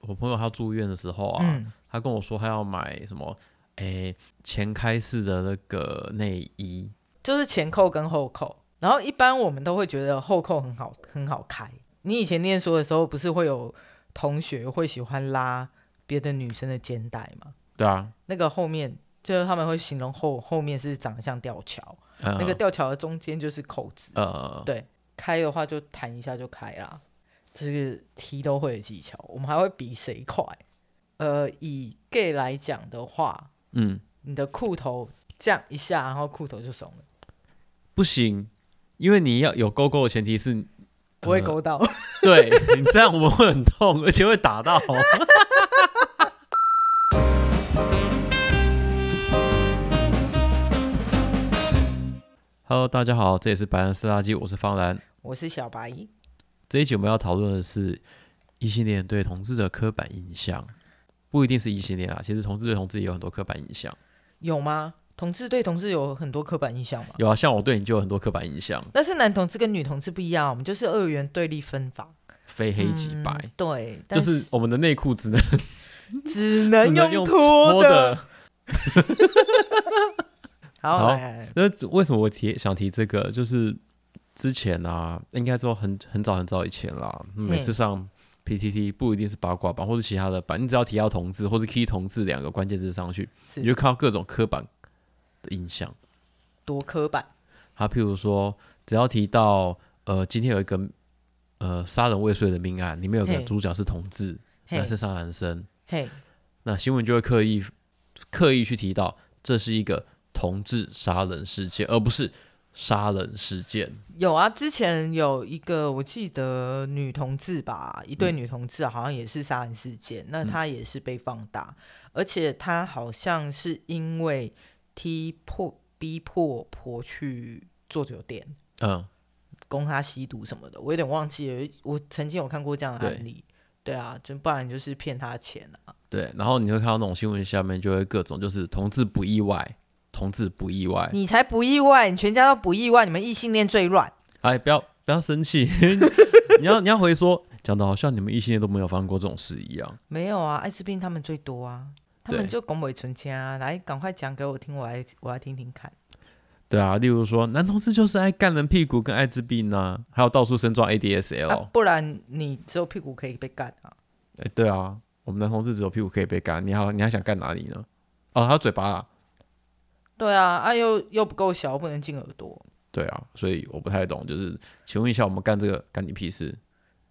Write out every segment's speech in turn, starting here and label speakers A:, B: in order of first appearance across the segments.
A: 我朋友他住院的时候啊，
B: 嗯，
A: 他跟我说他要买什么，诶、前开式的那个内衣，
B: 就是前扣跟后扣。然后一般我们都会觉得后扣很好，很好开。你以前念书的时候，不是会有同学会喜欢拉别的女生的肩带吗？
A: 对啊，
B: 那个后面就是他们会形容后后面是长得像吊桥，
A: 呃、
B: 那个吊桥的中间就是扣子，
A: 呃，
B: 对开的话就弹一下就开啦。这个踢都会的技巧，我们还会比谁快。呃，以 gay 来讲的话，
A: 嗯，
B: 你的裤头这样一下，然后裤头就松了，
A: 不行，因为你要有勾勾的前提是
B: 不会
A: 呃
B: 勾到。
A: 对你这样我们会很痛，而且会打到。Hello，大家好，这里是白兰斯垃圾，我是方兰。
B: 我是小白，
A: 这一集我们要讨论的是异性恋对同志的刻板印象，不一定是异性恋啊，其实同志对同志也有很多刻板印象。
B: 有吗？同志对同志有很多刻板印象吗？
A: 有啊，像我对你就有很多刻板印象，
B: 但是男同志跟女同志不一样，哦我们就是二元对立分法，
A: 非黑即白，
B: 嗯对，
A: 就
B: 但
A: 是我们的内裤只能
B: 只
A: 只
B: 能
A: 能
B: 用
A: 脱
B: 脱
A: 的。。
B: 好，
A: 好
B: 来来来
A: 那为什么我提想提这个？就是之前啊，应该说很很早很早以前啦，每次上 PTT 不一定是八卦版或者其他的版，你只要提到同志或者 key 同志两个关键字上去，你
B: 是
A: 就看到各种刻板的印象。
B: 多刻板，
A: 他譬如说，只要提到呃，今天有一个呃杀人未遂的命案，里面有个
B: 嘿
A: 主角是同志，
B: 嘿
A: 男生杀男生，
B: 嘿，
A: 那新闻就会刻意刻意去提到这是一个同志杀人事件，而不是杀人事件。
B: 有啊，之前有一个我记得女同志吧，一
A: 嗯
B: 对女同志好像也是杀人事件，那她也是被放大，而且她好像是因为踢破逼迫婆去做酒店，
A: 嗯，
B: 供她吸毒什么的，我有点忘记了，我曾经有看过这样的
A: 对
B: 案例。对啊，就不然就是骗她钱啊。
A: 对，然后你会看到那种新闻下面就会各种就是同志不意外，同志不意外，
B: 你才不意外，你全家都不意外，你们异性恋最乱。
A: 哎，不要不要生气， 你要你要回说，讲的好像你们异性恋都没有发生过这种事一样。
B: 没有啊，艾滋病他们最多啊，他们
A: 对
B: 就拱尾存家、啊，来赶快讲给我听，我来我来听听看。
A: 对啊，例如说男同志就是爱干人屁股跟艾滋病呐、还有到处身装 ADSL、
B: 啊，不然你只有屁股可以被干啊。
A: 哎，对啊，我们男同志只有屁股可以被干，你还你还想干哪里呢？哦，还有嘴巴啊。
B: 对啊，啊又又不够小，不能进耳朵。
A: 对啊，所以我不太懂，就是请问一下，我们干这个干你屁事？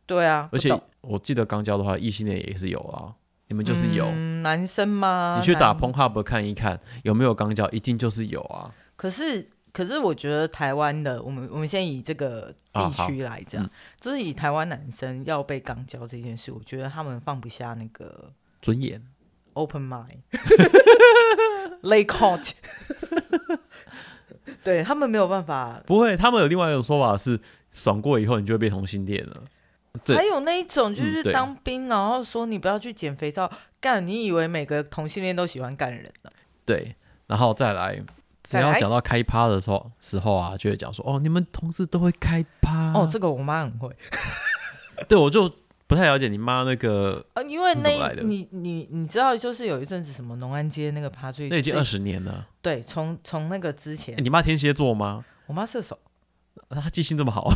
B: 对啊，
A: 而
B: 不
A: 且
B: 懂
A: 我记得刚教的话，异性恋也是有啊，你们就是有。
B: 嗯、男生嘛，
A: 你去打
B: 男
A: p o n h u b 看一看有没有肛交，一定就是有啊。
B: 可是，可是我觉得台湾的，我们我们先以这个
A: 啊
B: 地区来讲，
A: 嗯
B: 就是以台湾男生要被肛交这件事，我觉得他们放不下那个
A: 尊严，
B: open mind 。Lay coach，对他们没有办法。
A: 不会，他们有另外一种说法是，爽过以后你就会变同性恋了。对
B: 还有那一种就
A: 嗯
B: 是
A: 对
B: 当兵，然后说你不要去捡肥皂，干你以为每个同性恋都喜欢干人呢？
A: 对，然后再来，只
B: 再
A: 要
B: 来
A: 讲到开趴的时候时候啊，就会讲说，哦，你们同事都会开趴。
B: 哦，这个我妈很会
A: 对我就不太了解你妈那个，
B: 啊，因为
A: 是
B: 那
A: 怎么来的
B: 一你你你知道，就是有一阵子什么农安街那个趴最
A: 那已经
B: 最
A: 二十年了。
B: 对，从从那个之前
A: 哎诶，你妈天蝎座吗？
B: 我妈射手，
A: 她记性这么好，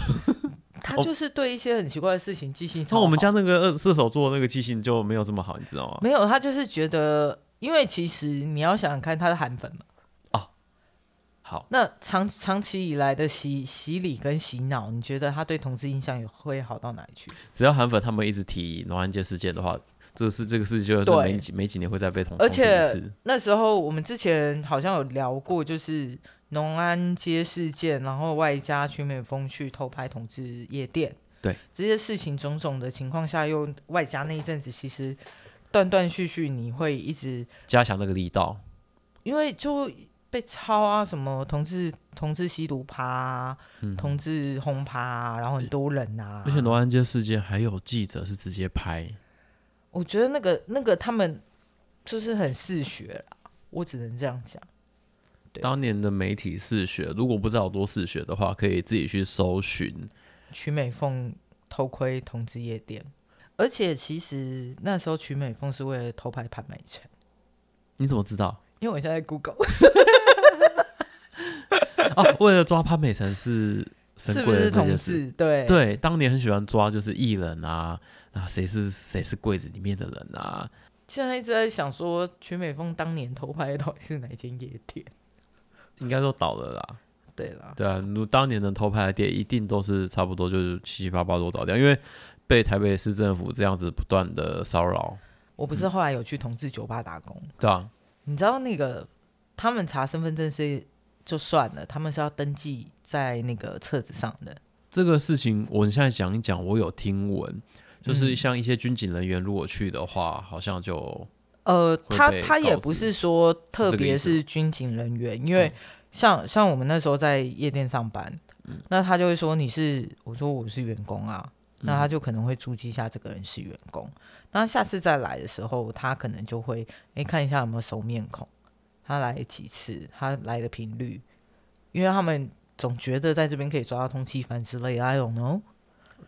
B: 她
A: 哦
B: 就是对一些很奇怪的事情记性 超
A: 那
B: 好。
A: 我们家那个二射手座那个记性就没有这么好，你知道吗？
B: 没有，她就是觉得，因为其实你要想想看，她是韩粉嘛，
A: 好，
B: 那长长期以来的洗洗礼跟洗脑，你觉得她对同志印象有会好到哪里去？
A: 只要韩粉他们一直提农安街事件的话，这个事这个事就是
B: 对
A: 每几每几年会再被同
B: 而且
A: 重提一次
B: 那时候我们之前好像有聊过，就是农安街事件，然后外加全美风去偷拍同志夜店，
A: 对
B: 这些事情种种的情况下，又外加那一阵子，其实断断续续你会一直
A: 加强那个力道。
B: 因为就被抄啊，什么同志同志吸毒趴、啊，同志轰趴、啊，然后很多人啊，
A: 嗯而且农安街事件还有记者是直接拍，
B: 我觉得那个那个他们就是很嗜血啦，我只能这样讲。对
A: 当年的媒体嗜血，如果不知道有多嗜血的话，可以自己去搜寻。
B: 曲美凤偷窥同志夜店，而且其实那时候曲美凤是为了偷拍潘美辰，
A: 你怎么知道？
B: 因为我现在在 Google
A: 哦， 为了抓潘美辰是神
B: 是不
A: 贵
B: 是
A: 人这
B: 同
A: 件事。
B: 志，对
A: 对，当年很喜欢抓就是艺人啊，那谁是谁是柜子里面的人啊？
B: 现在一直在想说曲美凤当年偷拍的到底是哪一间夜店？
A: 应该都倒了啦。
B: 对啦，
A: 对啊，如当年能偷拍的店，一定都是差不多就是七七八八都倒掉，因为被台北市政府这样子不断的骚扰，
B: 我不是后来有去同志酒吧打工，
A: 对啊，
B: 你知道那个他们查身份证是就算了，他们是要登记在那个册子上的。
A: 这个事情我现在讲一讲，我有听闻，就是
B: 嗯
A: 像一些军警人员如果去的话，好像就
B: 呃，
A: 会
B: 他
A: 被
B: 他也
A: 告
B: 不
A: 知
B: 是说特
A: 这个
B: 别
A: 意思嗯
B: 是军警人员，因为像像我们那时候在夜店上班，
A: 嗯
B: 那他就会说你是，我说我是员工啊，那
A: 嗯
B: 他就可能会注记一下这个人是员工，那下次再来的时候，他可能就会诶、看一下有没有熟面孔，他来几次，他来的频率，因为他们总觉得在这边可以抓到通缉犯之类的，I don't know。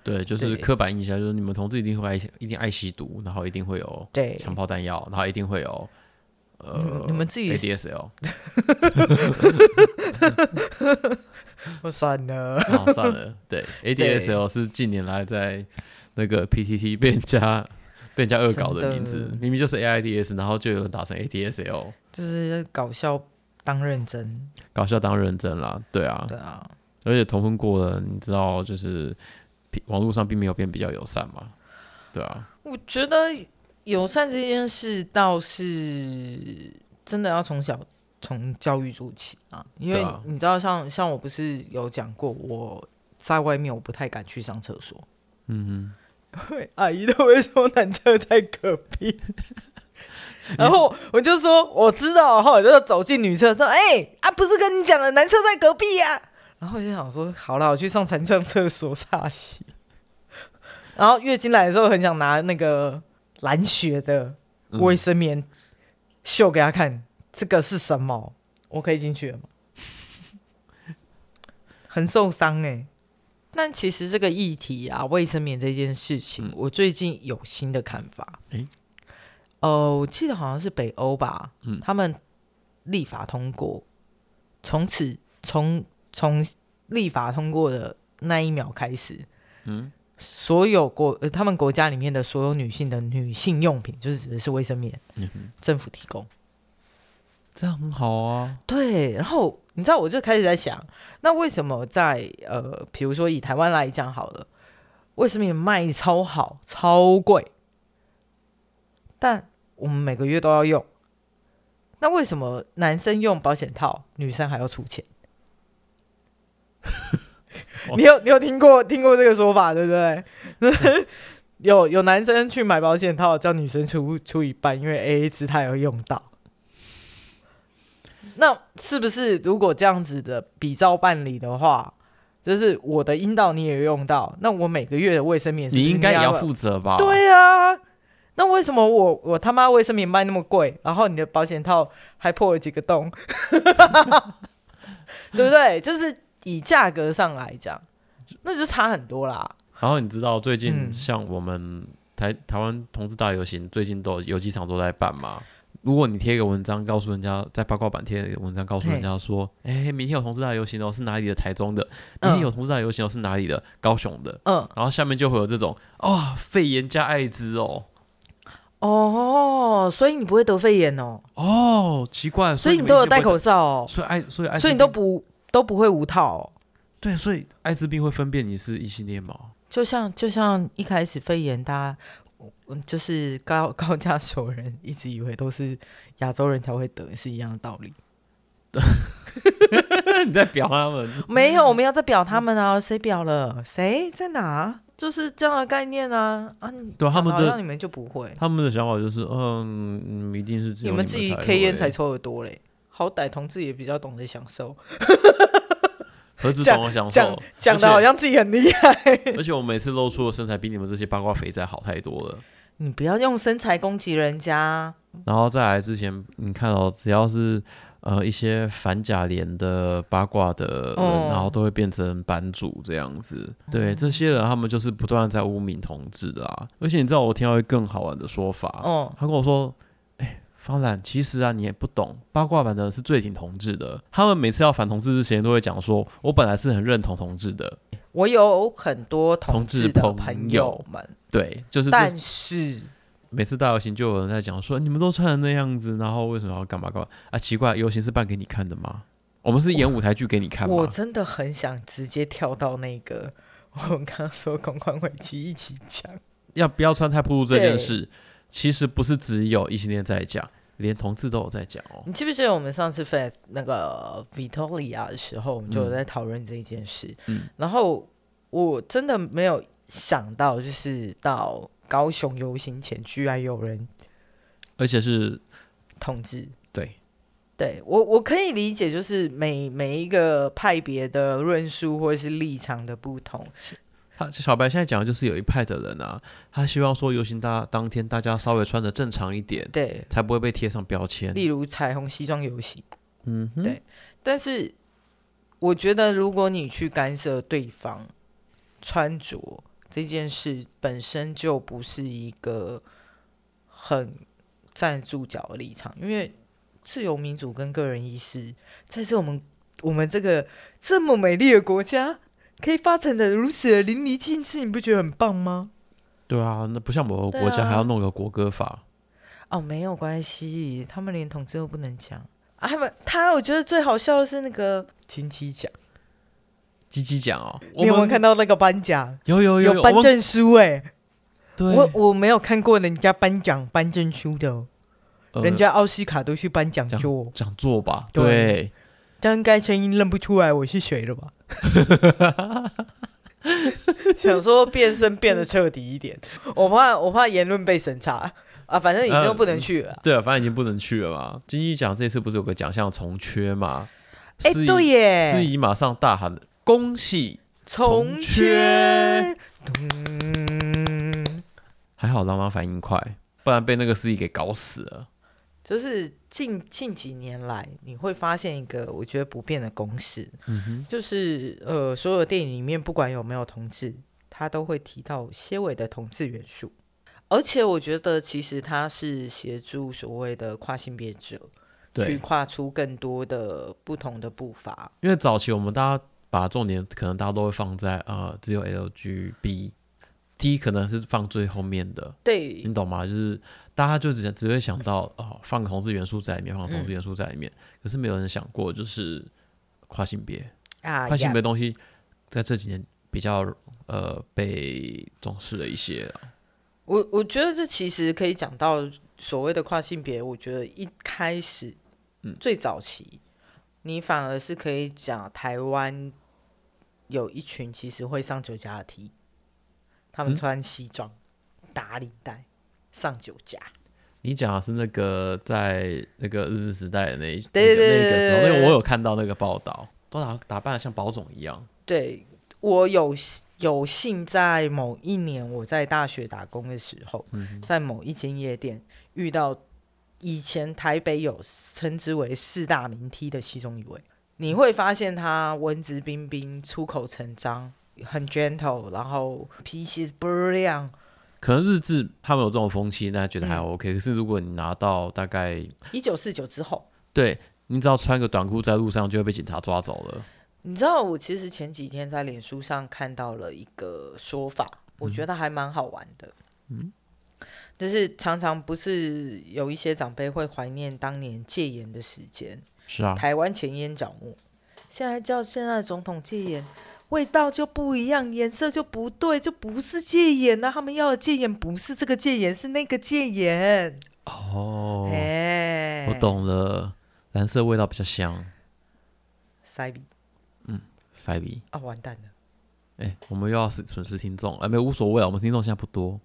A: 对，就是
B: 对
A: 刻板印象，就是你们同志一定会爱一定爱吸毒，然后一定会有
B: 对，
A: 强炮弹药，然后一定会有
B: 你们
A: 呃
B: 你们自己
A: ADSL，
B: 我算了。
A: 然后算了，对 ADSL 是近年来在那个 PTT 被人家被人家恶搞的
B: 真的
A: 名字，明明就是 AIDS，然后就有人打成 ADSL，
B: 就是搞笑当认真，
A: 搞笑当认真啦，对啊，
B: 对啊，
A: 而且同婚过了，你知道就是网络上并没有变比较友善嘛，对啊，
B: 我觉得友善这件事倒是真的要从小从教育做起啊，因为
A: 对啊
B: 你知道像，像我不是有讲过，我在外面我不太敢去上厕所，
A: 嗯
B: 因为 阿姨都会说男厕在隔 壁。然后我就说我知道，然后我就走进女厕说：“哎、啊，不是跟你讲了，男厕在隔壁呀、然后我就想说：“好了，我去上残障厕所擦洗。”然后月经来的时候，很想拿那个蓝血的
A: 嗯
B: 卫生棉秀给他看，这个是什么？我可以进去了吗？ 很受伤哎、但其实这个议题啊，卫生棉这件事情，
A: 嗯
B: 我最近有新的看法。
A: 诶
B: 哦，我记得好像是北欧吧，
A: 嗯
B: 他们立法通过，从此从从立法通过的那一秒开始，
A: 嗯，
B: 所有国、呃、他们国家里面的所有女性的女性用品，就是指的是卫生棉，
A: 嗯哼，
B: 政府提供。
A: 这样很好啊，？
B: 对，然后你知道，我就开始在想，那为什么在呃，比如说以台湾来讲好了，为什么也卖超好、超贵，但我们每个月都要用？那为什么男生用保险套，女生还要出钱你有你有听过听过这个说法对不对？ 有有男生去买保险套，叫女生出出一半，因为 A A 制他有用到。那是不是如果这样子的比照办理的话，就是我的阴道你也用到，那我每个月的卫生棉是不
A: 你
B: 是
A: 应该也
B: 要
A: 要负责吧？
B: 对啊，那为什么我我他妈卫生棉卖那么贵，然后你的保险套还破了几个洞， 对不对？就是以价格上来讲，那就差很多啦。
A: 然后你知道最近
B: 嗯
A: 像我们台、台湾同志大游行，最近都有几场都在办嘛。如果你贴一个文章告诉人家，在八卦版贴一个文章告诉人家说，哎、
B: 嗯
A: 明天有同志大游行哦，是哪里的？台中的。明天有同志大游行哦，是哪里的？高雄的。
B: 嗯，
A: 然后下面就会有这种哇、肺炎加艾滋哦，
B: 哦，所以你不会得肺炎哦，
A: 哦，奇怪，
B: 所以
A: 你
B: 你
A: 们
B: 都有
A: 一些
B: 戴
A: 不会
B: 口罩哦
A: 戴，，所以艾，所以艾滋病，
B: 所以你都不都不会无套、哦。
A: 对，所以艾滋病会分辨你是异性恋 吗？
B: 就像就像一开始肺炎，大家嗯就是高高加索人一直以为都是亚洲人才会得，是一样的道理。
A: 你在表他们，
B: 没有，我们要再表他们
A: 嗯
B: 啊！谁表了？谁在哪？就是这样的概念啊啊！你
A: 对啊他们
B: 讲得好
A: 的
B: 像你们就不会，
A: 他们的想法就是，嗯，你们一定是只有
B: 你们自己 K
A: 会
B: 烟才抽的多嘞。好歹同志也比较懂得享受，
A: 何止懂我享
B: 讲
A: 受，
B: 讲的好像自己很厉 害。
A: 而且我每次露出的身材比你们这些八卦肥仔好太多了。
B: 你不要用身材攻击人家。啊
A: 然后再来之前，你看哦，只要是呃一些反甲联的八卦的人，
B: 哦
A: 然后都会变成版主这样子。对，这些人他们就是不断的在污名同志啊。而且你知道，我听到一个更好玩的说法，
B: 哦，
A: 他跟我说：“哎、方兰，其实啊，你也不懂，八卦版的人是最挺同志的。他们每次要反同志之前，都会讲说，我本来是很认同同志的，
B: 我有很多同
A: 同志
B: 志的
A: 朋
B: 朋
A: 友
B: 友们，
A: 对，就是这
B: 但是
A: 每次大游行就有人在讲说，你们都穿成那样子，然后为什么要干嘛干嘛啊？奇怪，游行是办给你看的吗？我们是演舞台剧给你看
B: 我
A: 吗？
B: 真的很想直接跳到那个我们刚刚说公关危机一起讲。
A: 要不要穿太暴露这件
B: 对
A: 事，其实不是只有异性恋在讲，连同志都有在讲哦。
B: 你记不记得我们上次飞那个 Victoria 的时候，我们就有在讨论这一件事。
A: 嗯
B: 然后我真的没有想到，就是到高雄游行前，居然有人
A: 而且是
B: 统治。
A: 对，
B: 对我我可以理解，就是每每一个派别的论述或者是立场的不同，
A: 他小白现在讲的就是有一派的人啊，他希望说游行大当天大家稍微穿的正常一点，
B: 对，
A: 才不会被贴上标签。
B: 例如彩虹西装游行。
A: 嗯哼，
B: 对但是我觉得，如果你去干涉对方穿着这件事，本身就不是一个很站住脚的立场，因为自由民主跟个人意识，在这我们我们这个这么美丽的国家，可以发展的如此的淋漓尽致，你不觉得很棒吗？
A: 对啊，那不像某个国
B: 对
A: 家
B: 啊
A: 还要弄个国歌法，
B: 哦，没有关系，他们连统治都不能讲啊！他们他，我觉得最好笑的是那个金鸡奖，
A: 鸡鸡讲哦，
B: 你有没有看到那个颁奖？
A: 有有有
B: 有颁
A: 我们
B: 证书哎、
A: 对，
B: 我我没有看过人家颁奖颁证书的哦，
A: 呃
B: 人家奥斯卡都去颁奖
A: 讲
B: 座，
A: 讲座吧，
B: 对
A: 对，
B: 这样应该声音认不出来我是谁了吧？ 想说变身变得彻底一点，我怕我怕言论被审查啊，反正已经都不能去了啊。
A: 对啊，反正已经不能去了嘛。金鸡奖这次不是有个奖项重缺嘛？
B: 哎、
A: 司仪
B: 对
A: 司
B: 耶，
A: 仪马上大喊：“恭喜！”
B: 重
A: 重
B: 缺
A: 缺，
B: 咚
A: 还好郎朗反应快，不然被那个司仪给搞死了。
B: 就是近近几年来，你会发现一个我觉得不变的公式，
A: 嗯哼，
B: 就是呃，所有电影里面不管有没有同志，他都会提到些微的同志元素。而且我觉得，其实他是协助所谓的跨性别者去
A: 对，
B: 跨出更多的不同的步伐。
A: 因为早期我们大家把重点可能大家都会放在呃，只有 LGB。T 可能是放最后面的，
B: 对，
A: 你懂吗？就是大家就只只会想到哦，放个同志元素在里面，放个同志元素在里面，可是没有人想过就是跨性别，
B: 啊，
A: 跨性
B: 呀
A: 别的东西在这几年比较呃被重视了一些啊、
B: 我我觉得这其实可以讲到所谓的跨性别，我觉得一开始，
A: 嗯
B: 最早期，你反而是可以讲台湾有一群其实会上酒家的 T，他们
A: 嗯
B: 穿西装、打领带、上酒家，
A: 你讲的是那个在那个日治时代的那一
B: 对
A: 那个那
B: 对
A: 个时候，
B: 对
A: 那
B: 对
A: 个我有看到那个报道，都打打扮的像保种一样。
B: 对我有有幸在某一年我在大学打工的时候，在某一间夜店遇到以前台北有称之为四大名梯的其中一位，你会发现他文质彬彬、出口成章，很 gentle，然后脾气倍儿亮，
A: 可能日志他们有这种风气，那觉得还
B: 嗯
A: OK、可是如果你拿到大概
B: 一九四九之后，
A: 对你只要穿个短裤在路上，就会被警察抓走了。
B: 你知道，我其实前几天在脸书上看到了一个说法，我
A: 嗯
B: 觉得还蛮好玩的。就是常常不是有一些长辈会怀念当年戒严的时间，
A: 是啊，
B: 台湾前烟角木，现在叫现在总统戒严，味道就不一样，颜色就不对，就不是戒严啊。他们要的戒严不是这个戒严，是那个戒严。
A: 哦，
B: 哎、
A: 我，懂了，蓝色味道比较香，
B: 塞比
A: 塞比。
B: 啊，完蛋了，
A: 哎、我们又要损损失听众，哎、没有无所谓啊，我们听众现在不多，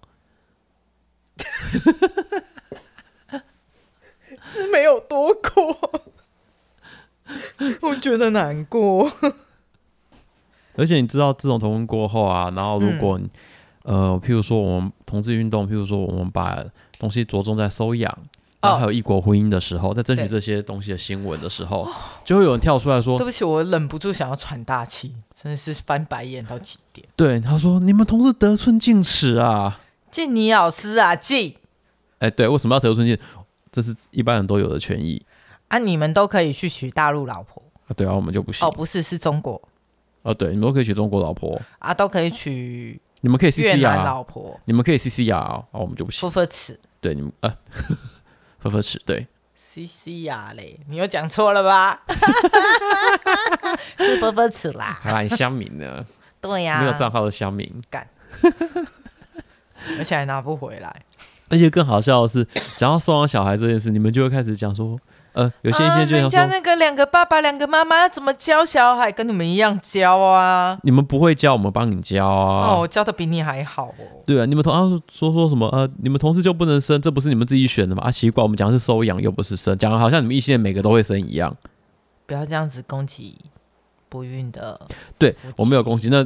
B: 是 没有多过， 我觉得难过。
A: 而且你知道，自从同婚过后啊，然后如果你、呃，譬如说我们同志运动，譬如说我们把东西着重在收养，然后还有异国婚姻的时候，在争取
B: 对
A: 这些东西的新闻的时候，就会有人跳出来说
B: 对，不起，我忍不住想要喘大气，真的是翻白眼到极点。
A: 对，他说你们同事得寸进尺啊！
B: 敬你老师啊，敬
A: 哎，对，为什么要得寸进？这是一般人都有的权益
B: 啊，你们都可以去娶大陆老婆
A: 啊。对啊，我们就不行啊、
B: 哦，不是，是中国
A: 哦对，你们都可以娶中国老婆，
B: 啊，都可以娶
A: 你们可以 C
B: 越
A: C
B: 南
A: 啊，
B: 老婆，
A: 你们可以 C C 啊，啊，我们就不行。
B: 夫妇齿
A: 对，你们啊， 呵呵齿，对，
B: C C 呀嘞，你又讲错了吧？ 是夫妇齿啦，
A: 还蛮乡民的，
B: 对 呀、
A: 没有账号的乡民。
B: 而且还拿不回来。
A: 而且更好笑的是，讲到送养小孩这件事，你们就会开始讲说，呃，有些一些就
B: 啊、人
A: 想
B: 家
A: 说，
B: 那个两个爸爸、两个妈妈要怎么教小孩，跟你们一样教啊？
A: 你们不会教，我们帮你教啊。
B: 哦，我教的比你还好哦。
A: 对啊，你们同啊说说什么呃，你们同事就不能生，这不是你们自己选的吗？啊，奇怪，我们讲的是收养，又不是生，讲的好像你们异性恋每个都会生一样。
B: 不要这样子攻击不孕的。
A: 对我没有攻击，那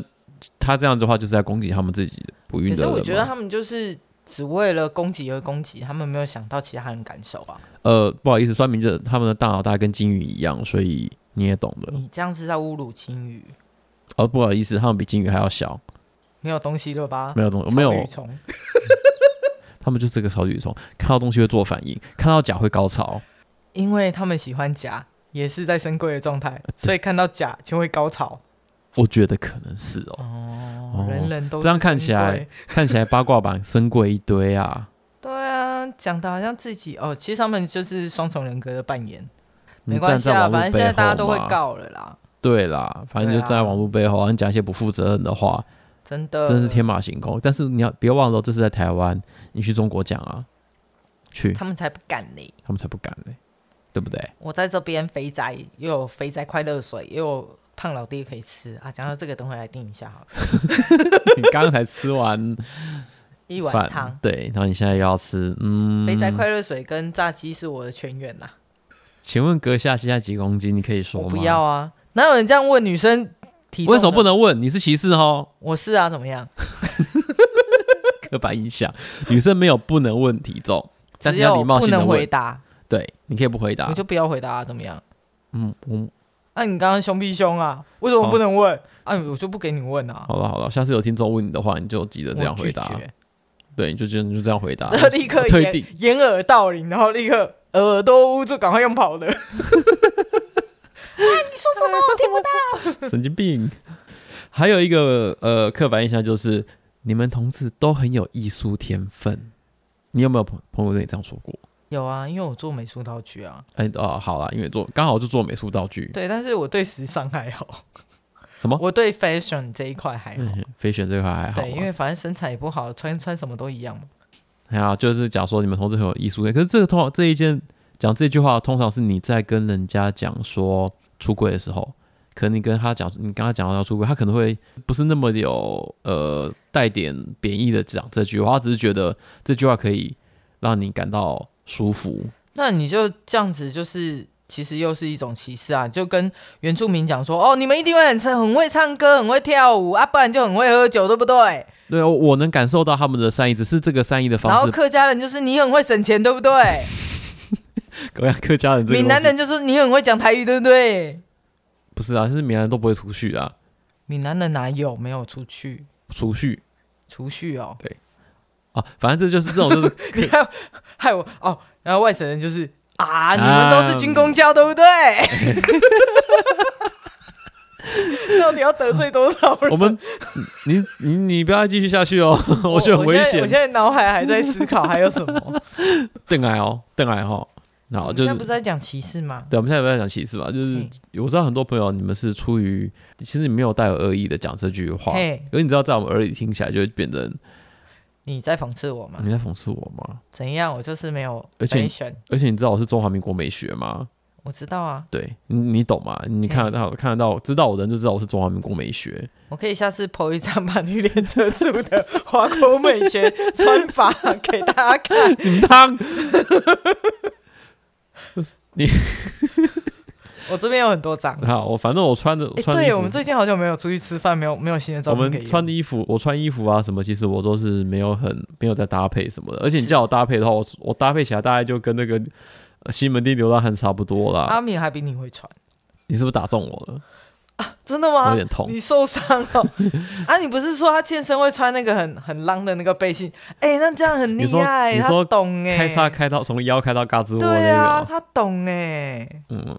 A: 他这样的话就是在攻击他们自己不孕
B: 可
A: 的
B: 是
A: 人
B: 我
A: 嘛
B: 觉得他们就是只为了攻击而攻击，他们没有想到其他人感受啊。
A: 呃，不好意思，酸明着他们的大脑大概跟金鱼一样，所以你也懂的。
B: 你这样是在侮辱金鱼，
A: 哦，不好意思，他们比金鱼还要小，
B: 没有东西了吧？
A: 没有东没有
B: 啊草履虫
A: 他们就是个草履虫，看到东西会做反应，看到甲会高潮。
B: 因为他们喜欢甲，也是在深柜的状
A: 啊
B: 态，所以看到甲就会高潮。
A: 我觉得可能是哦，
B: 哦人人都是
A: 这样看起
B: 深
A: 来
B: 柜，
A: 看起来八卦版 深贵一堆啊。
B: 对啊，讲的好像自己哦，其实他们就是双重人格的扮演，
A: 你
B: 没关系
A: 站在
B: 啊，
A: 网络
B: 反正现在
A: 背
B: 大家
A: 后
B: 都会
A: 嘛
B: 告了啦，
A: 对啦，反正就
B: 对啊
A: 站在网络背后，然后讲一些不负责任的话，
B: 真的，
A: 真是天马行空。但是你要别忘了，这是在台湾，你去中国讲啊，去
B: 他们才不敢呢。
A: 他们才不敢呢、对不对？
B: 我在这边肥宅又有肥宅快乐水，又有胖老爹可以吃啊。讲到这个，等会来定一下好了，
A: 你刚刚才吃完
B: 一碗
A: 饭
B: 汤，，
A: 对，然后你现在又要吃，嗯，
B: 肥宅快乐水跟炸鸡是我的全员呐、
A: 请问阁下现在几公斤？你可以说
B: 我
A: 吗？
B: 不要啊，哪有人这样问女生体重？
A: 为什么不？能问？你是歧视哦，
B: 我是啊，怎么样？
A: 刻板印象，女生没有不能问体重，但
B: 只
A: 是要
B: 有
A: 礼貌
B: 不
A: 性的
B: 能回
A: 问。啊
B: 答，
A: 对，你可以不回答
B: 你。就不要回答、啊，怎么样？
A: 嗯，我
B: 那、啊你刚刚凶屁凶啊？为什么不能问？啊，我就不给你问啊。
A: 好了好了，下次有听众问你的话，你哦就记得这样回答啊
B: 我。拒绝
A: 对，你就就你就这样回 答
B: 然后，立刻
A: 退
B: 掩
A: 订。
B: 掩耳盗铃，然后立刻呃耳朵捂住，赶快用跑的。啊，你说什么？我听不到。
A: 神经病。还有一个呃刻板印象就是，你们同志都很有艺术天分。你有没有朋朋友跟你这样说过？
B: 有啊，因为我做美术道具啊。
A: 哎、哦，好啦，因为做刚好就做美术道具，
B: 对，但是我对时尚还好，
A: 什么？
B: 我对 fashion 这一块还好。
A: 哦嗯，飞选这块还好啊
B: 对，因
A: 吗？
B: 为反正身材也不好，穿穿什么都一样嘛。
A: 还好，哎就是假如说你们同志很有艺术天，可是这个通常这一件讲这句话，通常是你在跟人家讲说出柜的时候，可能你跟他讲，你跟他讲到要出柜，他可能会不是那么有呃带点贬义的讲这句话，他只是觉得这句话可以让你感到舒服。
B: 那你就这样子，就是其实又是一种歧视啊！就跟原住民讲说，哦，你们一定会很唱很会唱歌，很会跳舞啊，不然就很会喝酒，对不对？
A: 对，啊我我能感受到他们的善意，只是这个善意的
B: 然
A: 方
B: 后
A: 式。
B: 客家人就是你很会省钱，对不对？
A: 各位客家人 这个东西，
B: 闽南人就是你很会讲台语，对不对？
A: 不是啊，就是闽南人都不会储蓄啊，
B: 闽南人哪有没有出去
A: 储蓄
B: 储蓄 哦？
A: 啊，反正这就是这种就是
B: 你看，害我哦。然后外省人就是啊，你们都是军工教，对不 对？到底要得罪多少 人？
A: 我们，你你你不要继续下去哦， 我觉得很危
B: 现在我
A: 险
B: 现。在脑海还在思考还有什 么。
A: 邓来哦，邓来哈，然后
B: 我
A: 就是
B: 现在不是在讲歧视吗？
A: 对，我们现在不要讲歧视吧，就是
B: 嗯
A: 我知道很多朋友你们是出于其实你没有带有恶意的讲这句话，
B: 嘿，
A: 可是你知道在我们耳里听起来就会变成
B: 你在讽刺我吗？
A: 你在讽刺我吗？
B: 怎样？我就是没有
A: 嗯而且
B: fashion，
A: 而且你知道我是中华民国美学吗？
B: 我知道啊，
A: 对你你懂吗？你看得到看得到知道我的人就知道我是中华民国美学，
B: 我可以下次 po 一张把你脸遮住的华国美学穿法给大家看。
A: 你们当。你
B: 我这边有很多张。
A: 好，我反正我穿的
B: 哎，
A: 穿衣
B: 对我们
A: 服，
B: 最近好久没有出去吃饭，没有没有新的照
A: 我
B: 片可以
A: 们
B: 用
A: 穿的衣服，我穿衣服啊什么，其实我都是没有很没有在搭配什么的。而且你
B: 是
A: 叫我搭配的话，我我搭配起来大概就跟那个呃西门町流浪汉差不多啦。
B: 阿敏还比你会穿，你
A: 你是不是打中我了？
B: 真的
A: 我有
B: 吗？
A: 点痛。
B: 啊你受伤 了啊！你不是说他健身会穿那个很很浪的那个背心？哎、那这样很厉
A: 你说
B: 害，
A: 你说
B: 他懂哎、
A: 开叉开到从腰开到嘎吱窝那
B: 对
A: 个
B: 啊，
A: 哦，
B: 他懂哎、
A: 嗯，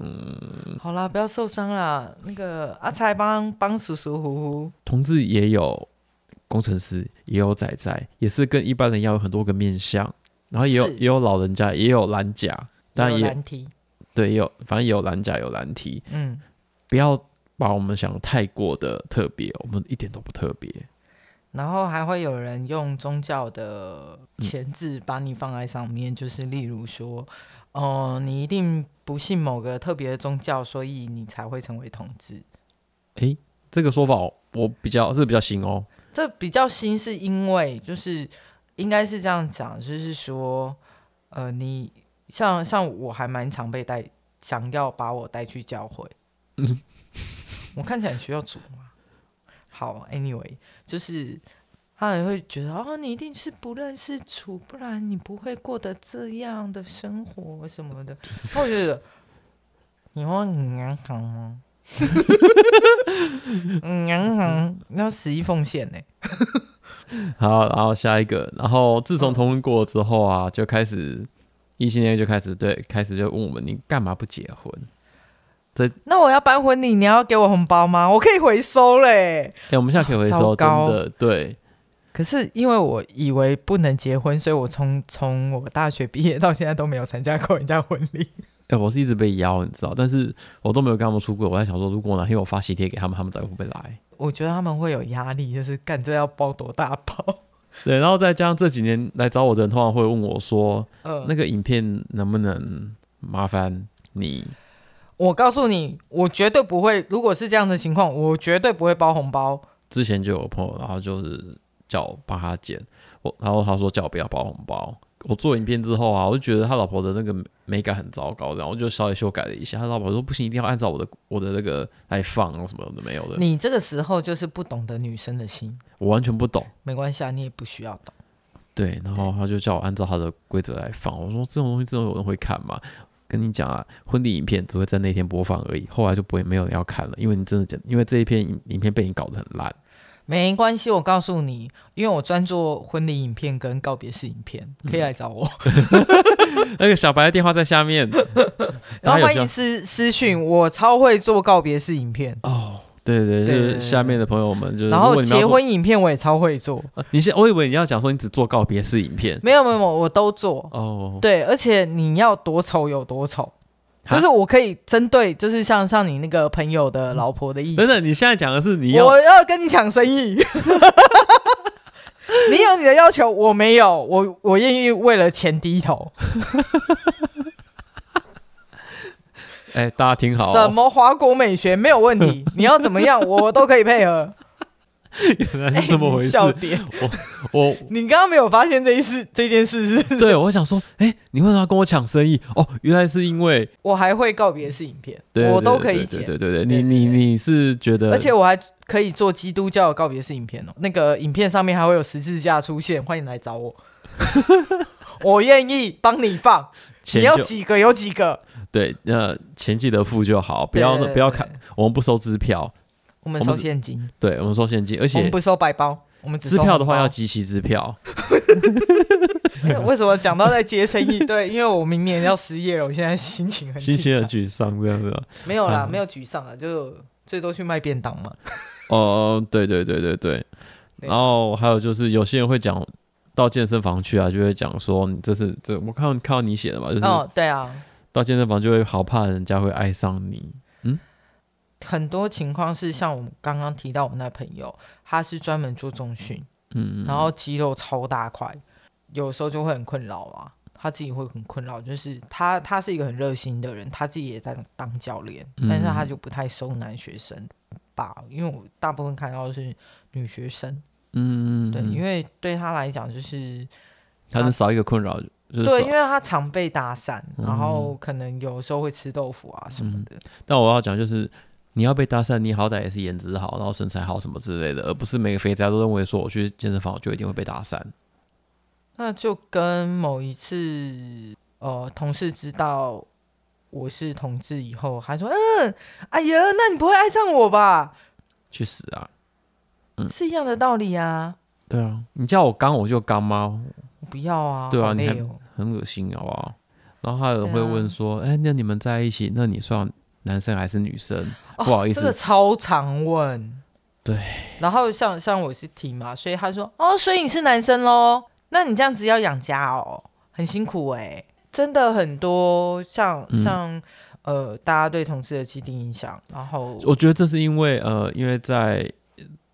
B: 好啦，不要受伤啦。那个阿才帮帮叔叔呼呼，
A: 同志也有工程师，也有仔仔，也是跟一般人一样有很多个面相，然后也有
B: 是
A: 也有老人家，也有蓝甲，当然
B: 有
A: 也
B: 难题。
A: 对，也有反正也有蓝甲，有蓝 T，
B: 嗯，
A: 不要把我们想得太过的特别，我们一点都不特别。
B: 然后还会有人用宗教的前置把你放在上面，就是例如说，哦、你一定不信某个特别的宗教，所以你才会成为同志。
A: 诶，这个说法我我比较这个比较新哦，
B: 这比较新，是因为就是应该是这样讲，就是说，呃，你像像我还蛮常被带，想要把我带去教会。我看起来很需要主吗？好，anyway，就是他也会觉得哦，你一定是不认识主，不然你不会过得这样的生活什么的。那我觉得，你说你银行吗？嗯，银行要十一奉献呢、
A: 好，然后下一个，然后自从
B: 嗯
A: 同婚过了之后啊，就开始异性恋就开始对开始就问我们你干嘛不结婚？
B: 那我要办婚礼，你要给我红包吗？我可以回收嘞。
A: 哎、我们现在可以回
B: 哦糟
A: 收，真
B: 糕
A: 的对，
B: 可是因为我以为不能结婚，所以我从从我大学毕业到现在都没有参加过人家婚礼。
A: 哎、我是一直被邀，你知道，但是我都没有跟他们出轨。我在想说，如果哪天我发喜帖给他们，他们到底会不会来？
B: 我觉得他们会有压力，就是干这要包多大 包？
A: 对，然后再加上这几年来找我的人，通常会问我说，
B: 嗯，
A: 那个影片能不能麻烦你？
B: 我告诉你，我绝对不会。如果是这样的情况，我绝对不会包红包。
A: 之前就有朋友，然后就是叫我帮他剪，我然后他说叫我不要包红包。我做影片之后啊，我就觉得他老婆的那个美感很糟糕，然后我就稍微修改了一下。他老婆说不行，一定要按照我的我的那个来放，然后什么都没有的。
B: 你这个时候就是不懂得女生的心，
A: 我完全不懂。
B: 没关系啊，你也不需要懂。
A: 对，然后他就叫我按照他的规则来放。我说这种东西真的有人会看吗？跟你讲啊，婚礼影片只会在那天播放而已，后来就不会没有人要看了，因为你真的讲，因为这一片影影片被你搞得很烂。
B: 没关系，我告诉你，因为我专做婚礼影片跟告别式影片，可以来找我。
A: 那个小白的电话在下 面，
B: 然后
A: 有
B: 欢
A: 需要
B: 迎私私讯，我超会做告别式影片，
A: 哦，对对，就
B: 对对
A: 是
B: 对
A: 下面的朋友们就是，
B: 然
A: 嗯如
B: 后
A: 果你们要
B: 结
A: 做，
B: 婚影片我也超会做。
A: 呃你先，我以为你要讲说你只做告别式影片
B: 没有没有，没有我都做。
A: 哦，
B: 对，而且你要多丑有多丑，
A: 哈
B: 就是我可以针对，就是像像你那个朋友的老婆的意思，
A: 等等，你现在讲的是嗯你要
B: 我要跟你抢生意。 你有你的要求，我没有，我我愿意为了钱低头。
A: 哎，大家听好
B: 什
A: 哦，
B: 么华国美学没有问题，你要怎么样我都可以配合。
A: 原 来是这么回事。
B: 哎笑点，
A: 我
B: 你刚刚没有发现这一事这件事是？
A: 对我想说，哎，你为什么要跟我抢生意？哦，原来是因为
B: 我还会告别式影片，
A: 对对
B: 我都
A: 对
B: 可以
A: 对
B: 剪，
A: 对对对，
B: 对
A: 你你
B: 对对
A: 你是觉得，
B: 而且我还可以做基督教的告别式影片哦。那个影片上面还会有十字架出现，欢迎来找我， 我愿意帮你放。
A: 钱
B: 你要
A: 就
B: 几个有几个，
A: 对，那钱记得付就好，不要
B: 对
A: 不要，
B: 对
A: 看，
B: 对对
A: 我们不收支票，
B: 我们
A: 我们
B: 收现金，
A: 对我们收现金，而
B: 我们
A: 且
B: 不收白包，我们只
A: 支
B: 收
A: 票的
B: 红
A: 话
B: 包
A: 要。集齐支票。
B: 哎 为什么讲到在接生意？ 对，因为我明年要失业了，我现在心情很
A: 心情
B: 紧
A: 很
B: 张
A: 沮丧这样子啊。
B: 没有啦，
A: 嗯
B: 没有沮丧啊，就最多去卖便当嘛。
A: 哦，对对对对对。
B: 对
A: 然后还有就是，有些人会讲到健身房去啊，就会讲说你这是这，我看到看到你写的嘛，就是
B: 哦，对啊，
A: 到健身房就会好怕人家会爱上你。
B: 很多情况是像我们刚刚提到我那朋友，他是专门做重训，
A: 嗯，
B: 然后肌肉超大块，有时候就会很困扰啊。他自己会很困扰，就是他他是一个很热心的人，他自己也在当教练，
A: 嗯
B: 但是他就不太收男学生吧，因为我大部分看到的是女学生，
A: 嗯，
B: 对，
A: 嗯
B: 因为对他来讲就是
A: 他能少一个困扰，就是少
B: 对，因为他常被打散，然后
A: 嗯
B: 可能有时候会吃豆腐啊什么的。
A: 但我要讲就是，你要被搭讪，你好歹也是颜值好，然后身材好什么之类的，而不是每个肥宅都认为说我去健身房我就一定会被搭讪。
B: 那就跟某一次，呃，同事知道我是同志以后，还说，嗯，哎呀，那你不会爱上我吧？
A: 去死啊！
B: 是一样的道理啊。
A: 对啊，你叫我刚我就刚吗？
B: 我不要啊，
A: 对啊
B: 好
A: 你还
B: 累哦。
A: 很恶心，好不好？然后还有人会
B: 对啊
A: 问说，哎、那你们在一起，那你算男生还是女生？
B: 哦
A: 不好意思
B: 这个超常问。
A: 对。
B: 然后像像我是 T 嘛，所以他说哦，所以你是男生喽？那你这样子要养家哦，很辛苦哎、真的很多像
A: 嗯
B: 像、呃，大家对同志的既定印象，然后
A: 我觉得这是因为呃，因为在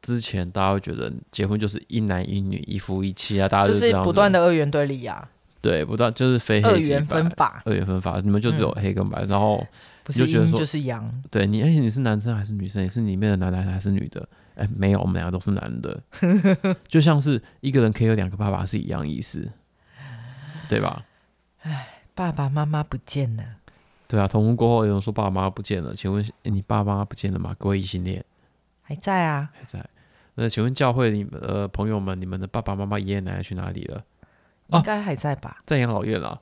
A: 之前大家会觉得结婚就是一男一女一夫一妻啊，大家
B: 就
A: 这
B: 是
A: 样子
B: 不断的二元对立啊，
A: 对不断就是非
B: 二
A: 黑即
B: 元
A: 白
B: 分。法，
A: 二元分法，你们就只有黑跟白，然后
B: 不
A: 你就是觉得
B: 阴
A: 说
B: 就是阳，
A: 对你，而哎且你是男生还是女生？你是里面的男的还是女的？哎，没有，我们两个都是男 的，就像是一个人可以有两个爸爸是一样意思，对吧？
B: 爸爸妈妈不见了，
A: 对啊，同婚过后有人说爸爸妈妈不见了，请问哎你爸爸妈妈不见了吗？各位异性恋
B: 还在啊，
A: 还在？那请问教会你们呃朋友们，你们的爸爸妈妈、爷爷奶奶去哪里了？哦
B: 应该还在吧？
A: 在养老院啊。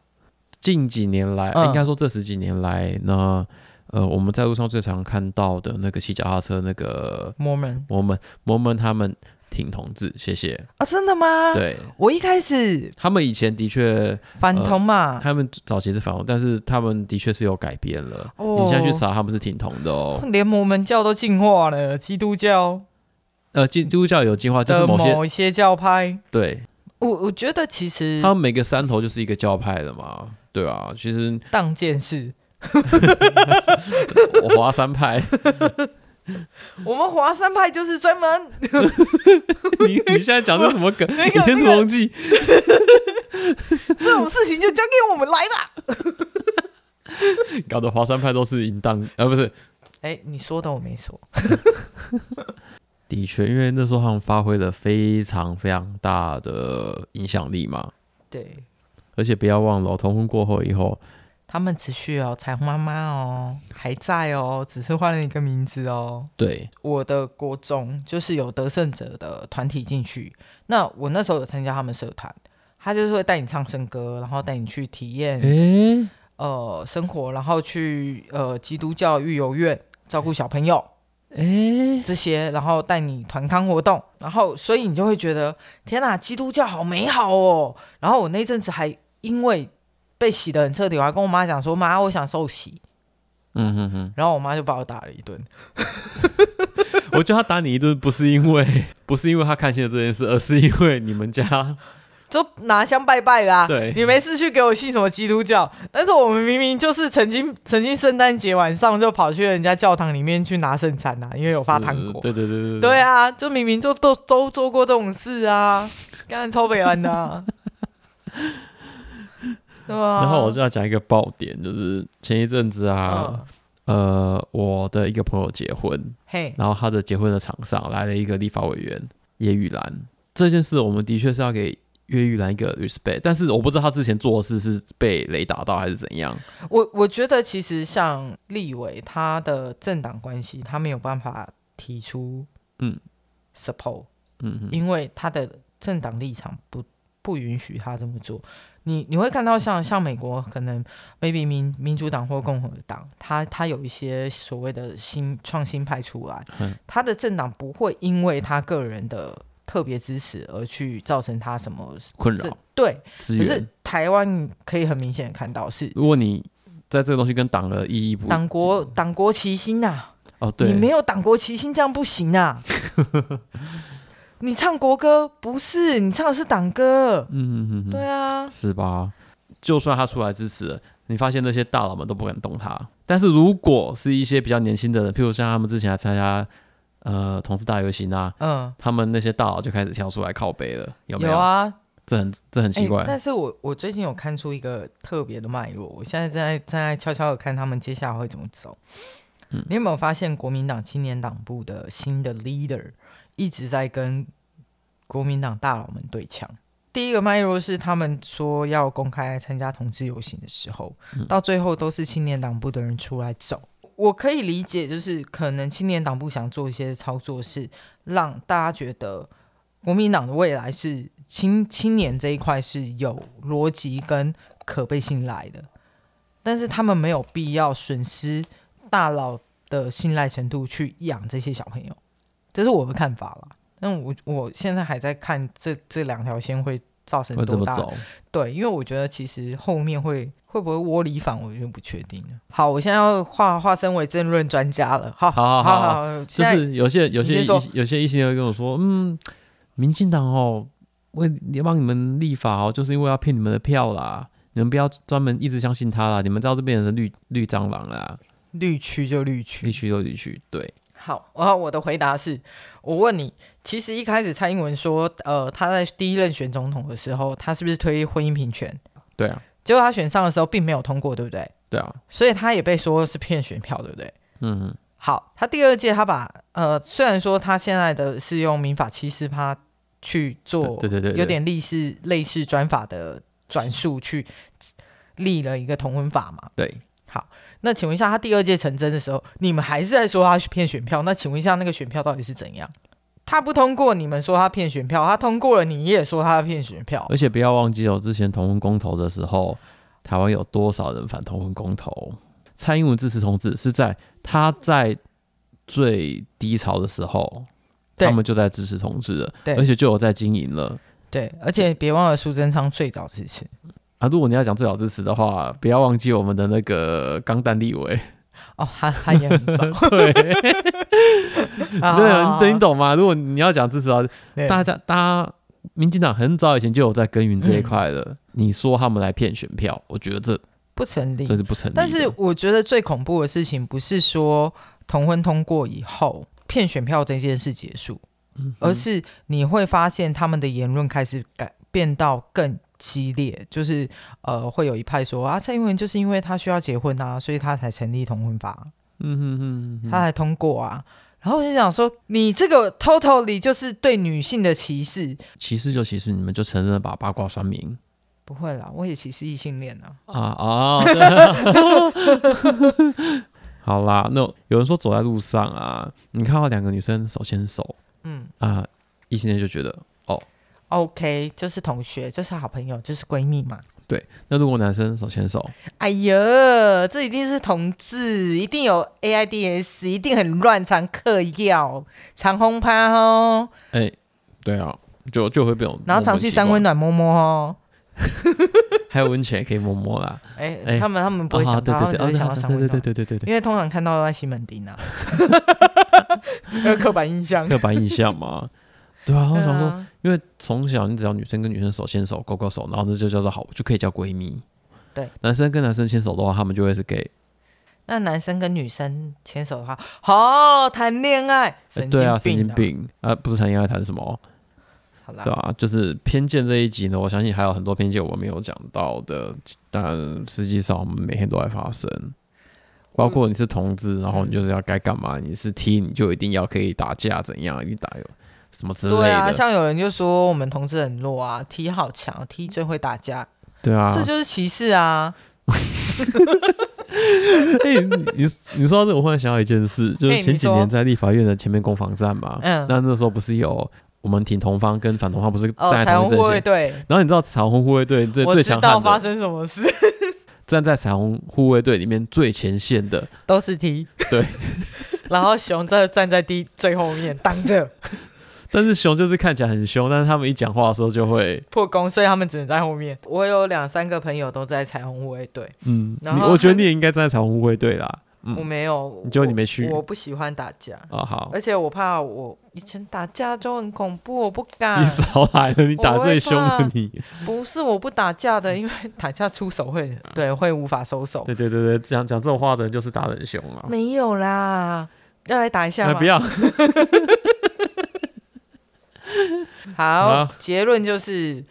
A: 近几年来，
B: 嗯
A: 应该说这十几年来，那呃我们在路上最常看到的那个骑脚踏车那个
B: 摩门
A: 摩门摩门他们挺同志，谢谢。
B: 啊，真的吗？
A: 对呃
B: 我一开始
A: 他们以前的确，
B: 反同嘛，
A: 他们早期是反同，但是他们的确是有改变了。
B: 哦
A: 你现在去查，他们是挺同的哦。
B: 连摩门教都进化了，基督教
A: 呃，基督教有进化，就是
B: 的
A: 某些
B: 某一些教派。
A: 对，
B: 我我觉得其实
A: 他们每个山头就是一个教派的嘛。对啊，其实
B: 当件事，
A: 我华山派，
B: 我们华山派就是专门
A: 你你现在讲的什么梗？
B: 那
A: 你
B: 个
A: 天
B: 那
A: 图
B: 个
A: 龙记，
B: 这种事情就交给我们来啦。
A: 搞得华山派都是淫荡，呃，不是，
B: 哎，你说的我没说，
A: 的确，因为那时候他们发挥了非常非常大的影响力嘛。
B: 对
A: 而且不要忘了哦，同婚过后以后，
B: 他们持续哦，彩虹妈妈哦还在哦，只是换了一个名字哦。
A: 对，
B: 我的国中就是有得胜者的团体进去，那我那时候有参加他们社团，他就是会带你唱圣歌，然后带你去体验
A: 诶、
B: 呃生活，然后去呃基督教育幼院照顾小朋友
A: 诶、
B: 这些，然后带你团康活动，然后所以你就会觉得天哪，基督教好美好哦。然后我那阵子还因为被洗得很彻底，我还跟我妈讲说妈，我想受洗，
A: 嗯哼哼。
B: 然后我妈就把我打了一顿。
A: 我觉得他打你一顿不是因为 不是因为他看清了这件事，而是因为你们家
B: 就拿香拜拜啦、
A: 对
B: 你没事去给我信什么基督教？但是我们明明就是曾经曾经圣诞节晚上就跑去人家教堂里面去拿圣餐呐、啊因为有发糖
A: 是
B: 果。
A: 对对对对
B: 对，啊，就明明就都都做过这种事啊，干超北安的、 啊，对啊。
A: 然后我就要讲一个爆点，就是前一阵子啊
B: 嗯，，
A: 呃，我的一个朋友结婚，
B: 嘿，
A: 然后他的结婚的场上来了一个立法委员叶玉兰，这件事我们的确是要给。叶玉兰一个 respect，但是我不知道他之前做的事是被雷打到还是怎样。
B: 我我觉得其实像立委他的政党关系，他没有办法提出
A: 嗯
B: support，
A: 嗯哼，
B: 因为他的政党立场不不允许他这么做。你你会看到像像美国可能 maybe 民民主党或共和党，他他有一些所谓的新创新派出来
A: 嗯，
B: 他的政党不会因为他个人的特别支持而去造成他什么
A: 困
B: 这
A: 扰
B: 对。
A: 资
B: 可是
A: 源。
B: 台湾你可以很明显地看到是
A: 如果你在这个东西跟党的意义不
B: 党国党国齐心呐、
A: 哦，对，
B: 你没有党国齐心，这样不 行啊！你唱国歌不是，你唱的是党歌。
A: 嗯哼哼哼，
B: 对啊，
A: 是吧？就算他出来支持了，你发现那些大佬们都不敢动他。但是如果是一些比较年轻的人，譬如像他们之前还参加呃同志大游行啊，
B: 嗯，
A: 他们那些大佬就开始跳出来靠背了，有没有？
B: 啊，
A: 这很这很奇怪。
B: 哎但是我我最近有看出一个特别的脉络，我现在正在正在悄悄的看他们接下来会怎么走。
A: 嗯
B: 你有没有发现国民党青年党部的新的 leader 一直在跟国民党大佬们对呛？第一个脉络是他们说要公开参加同志游行的时候，
A: 嗯
B: 到最后都是青年党部的人出来走。我可以理解，就是可能青年党部想做一些操作，是让大家觉得国民党的未来是青青年这一块是有逻辑跟可被信赖的，但是他们没有必要损失大佬的信赖程度去养这些小朋友，这是我的看法啦。但我我现在还在看这这两条线会造成
A: 会怎
B: 多
A: 么
B: 大的
A: 走？
B: 对，因为我觉得其实后面会会不会窝里反，我就不确定了。好，我现在要化化身为政论专家了。好，
A: 好好
B: 好
A: 好好就
B: 现在
A: 是有些有些
B: 你先说
A: 异有些异性会跟我说，嗯，民进党哦，为帮你们立法哦，就是因为要骗你们的票啦，你们不要专门一直相信他啦，你们知道这边人是绿绿蟑螂啦，
B: 绿区就绿
A: 绿
B: 区。
A: 区就绿区，对，
B: 好，然后我的回答是，我问你，其实一开始蔡英文说，呃，他在第一任选总统的时候，他是不是推婚姻平权？
A: 对啊，
B: 结果他选上的时候并没有通过，对不对？
A: 对啊，
B: 所以他也被说是骗选票，对不对？
A: 嗯，
B: 好，他第二届他把呃，虽然说他现在的是用民法七四趴去做，
A: 对对对对
B: 有点类似类似转法的转述去立了一个同婚法嘛。
A: 对，
B: 那请问一下，他第二届成真的时候，你们还是在说他去骗选票？那请问一下，那个选票到底是怎样？他不通过，你们说他骗选票；他通过了，你也说他骗选票。
A: 而且不要忘记哦，之前同婚公投的时候，台湾有多少人反同婚公投？蔡英文支持同志是在他在最低潮的时候，
B: 对
A: 他们就在支持同志了，
B: 对
A: 而且就有在经营了。
B: 对，而且别忘了苏贞昌最早支持
A: 啊，如果你要讲最早支持的话，不要忘记我们的那个钢弹立委，
B: 哦，他他也很早。
A: 对
B: 啊
A: 对啊，对，你懂吗？如果你要讲支持的话，
B: 对
A: 大家大家民进党很早以前就有在耕耘
B: 嗯
A: 这一块了。你说他们来骗选票，我觉得这
B: 不成立。
A: 这是不成立的。
B: 但是我觉得最恐怖的事情不是说同婚通过以后骗选票这件事结束，
A: 嗯哼
B: 而是你会发现他们的言论开始改变到更激烈，就是呃，会有一派说啊，蔡英文就是因为他需要结婚啊，所以他才成立同婚法，
A: 嗯哼哼哼
B: 他才通过啊。然后我就想说，你这个 totally 就是对女性的歧视。
A: 歧视就歧视，你们就承认吧，八卦酸民
B: 不会啦，我也歧视异性恋啊。
A: 啊啊！ 对好啦，那有人说走在路上啊，你看到两个女生手牵手
B: 嗯
A: 啊，异性恋就觉得
B: ，OK，就是同学，就是好朋友，就是闺蜜嘛。
A: 对。那如果男生手牵手，
B: 哎呀，这一定是同志，一定有 AIDS，一定很乱，常嗑药，常轰趴哦，
A: 哎、对啊，就就会被我
B: 然后常去三温
A: 暖，
B: 暖摸摸哦。
A: 还有温泉也可以摸摸啦。
B: 哎、
A: 哎
B: 他们他们不会
A: 啊
B: 想到，
A: 对对对，
B: 他们只会想
A: 啊
B: 到三温
A: 对
B: 暖，
A: 对哦对对对对
B: 因为通常看到都在西门 町啊， 有刻板印象
A: 对，。刻板印象嘛。对啊，我想说，
B: 嗯
A: 因为从小你只要女生跟女生手牵手、勾勾手，然后这就叫做好，就可以叫闺蜜。
B: 对，
A: 男生跟男生牵手的话，他们就会是 gay。
B: 那男生跟女生牵手的话，好、谈恋爱，
A: 哎
B: 神
A: 对
B: 经病、
A: 啊，神经。病啊，不是谈恋爱谈什么？
B: 好啦
A: 对，啊，就是偏见这一集呢，我相信还有很多偏见我们没有讲到的，但实际上我们每天都在发生。包括你是同志，
B: 嗯
A: 然后你就是要该干嘛，你是 T，你就一定要可以打架，怎样，一定打有什么之类的。
B: 对啊，像有人就说我们同志很弱啊，T 好强，T 最会打架，
A: 对啊
B: 这就是歧视啊。
A: 哎、你你说到这，我忽然想到一件 事，就
B: 哎
A: 是
B: 你
A: 前几
B: 说
A: 年在立法院的前面攻防战嘛，
B: 嗯
A: 那那时候不是有我们挺同方跟反同方不是
B: 哦，
A: 站在
B: 彩
A: 同一
B: 虹
A: 阵
B: 护卫
A: 线？
B: 队，
A: 然后你知道彩虹护卫队最
B: 我
A: 最
B: 知
A: 强
B: 道
A: 悍
B: 发
A: 的，
B: 生什么事，
A: 站在彩虹护卫队里面最前线的，
B: 都是 T。
A: 对，
B: 然后熊这站在第最后面挡着
A: 但是熊就是看起来很凶，但是他们一讲话的时候就会，
B: 破功，所以他们只能在后面。我有两三个朋友都在彩虹护卫队，
A: 嗯，
B: 然
A: 你
B: 后
A: 我觉得
B: 他们
A: 你也应该站在彩虹护卫队啦，
B: 我
A: 嗯，
B: 没有，
A: 就你
B: 我
A: 没去
B: 我不喜欢打架，
A: 啊好，
B: 而且我怕我以前打架就很恐怖，我不敢
A: 你。少来了，你打
B: 呃我会
A: 最凶
B: 怕
A: 的你，
B: 不是我不打架的，因为打架出手会对会无法收 手。
A: 嗯对对对对，讲讲这种话的人就是打得很凶啊，
B: 没啊有啦，要来打一下
A: 哎
B: 吗？
A: 不要，
B: 好，
A: 好
B: 结论就是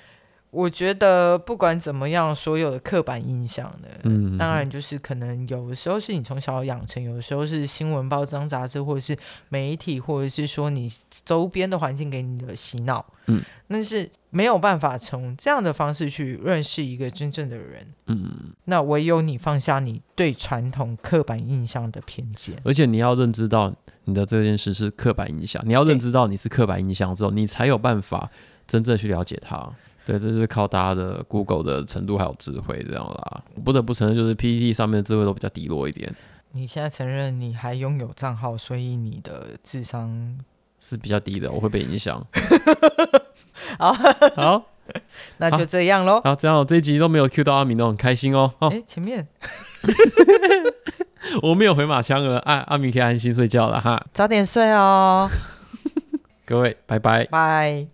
B: 我觉得不管怎么样，所有的刻板印象呢，
A: 嗯，
B: 当然就是可能有的时候是你从小养成，有的时候是新闻报章杂志，或者是媒体，或者是说你周边的环境给你的洗脑，
A: 嗯，
B: 但是没有办法从这样的方式去认识一个真正的人，
A: 嗯，
B: 那唯有你放下你对传统刻板印象的偏见，
A: 而且你要认知到你的这件事是刻板印象，你要认知到你是刻板印象之后，你才有办法真正去了解它。对，这就是靠大家的 Google 的程度还有智慧这样啦。不得不承认，就是 PPT 上面的智慧都比较低落一点，
B: 你现在承认你还拥有账号，所以你的智 商
A: 是比较低的，我会被影响。
B: 好
A: 好，
B: 那就这样喽。
A: 好，这样我哦这一集都没有 Q 到阿明，都很开心哦。哦，
B: 哎，前面
A: 我没有回马枪了，阿、阿明可以安心睡觉了哈。
B: 早点睡哦，
A: 各位，拜拜。
B: 拜。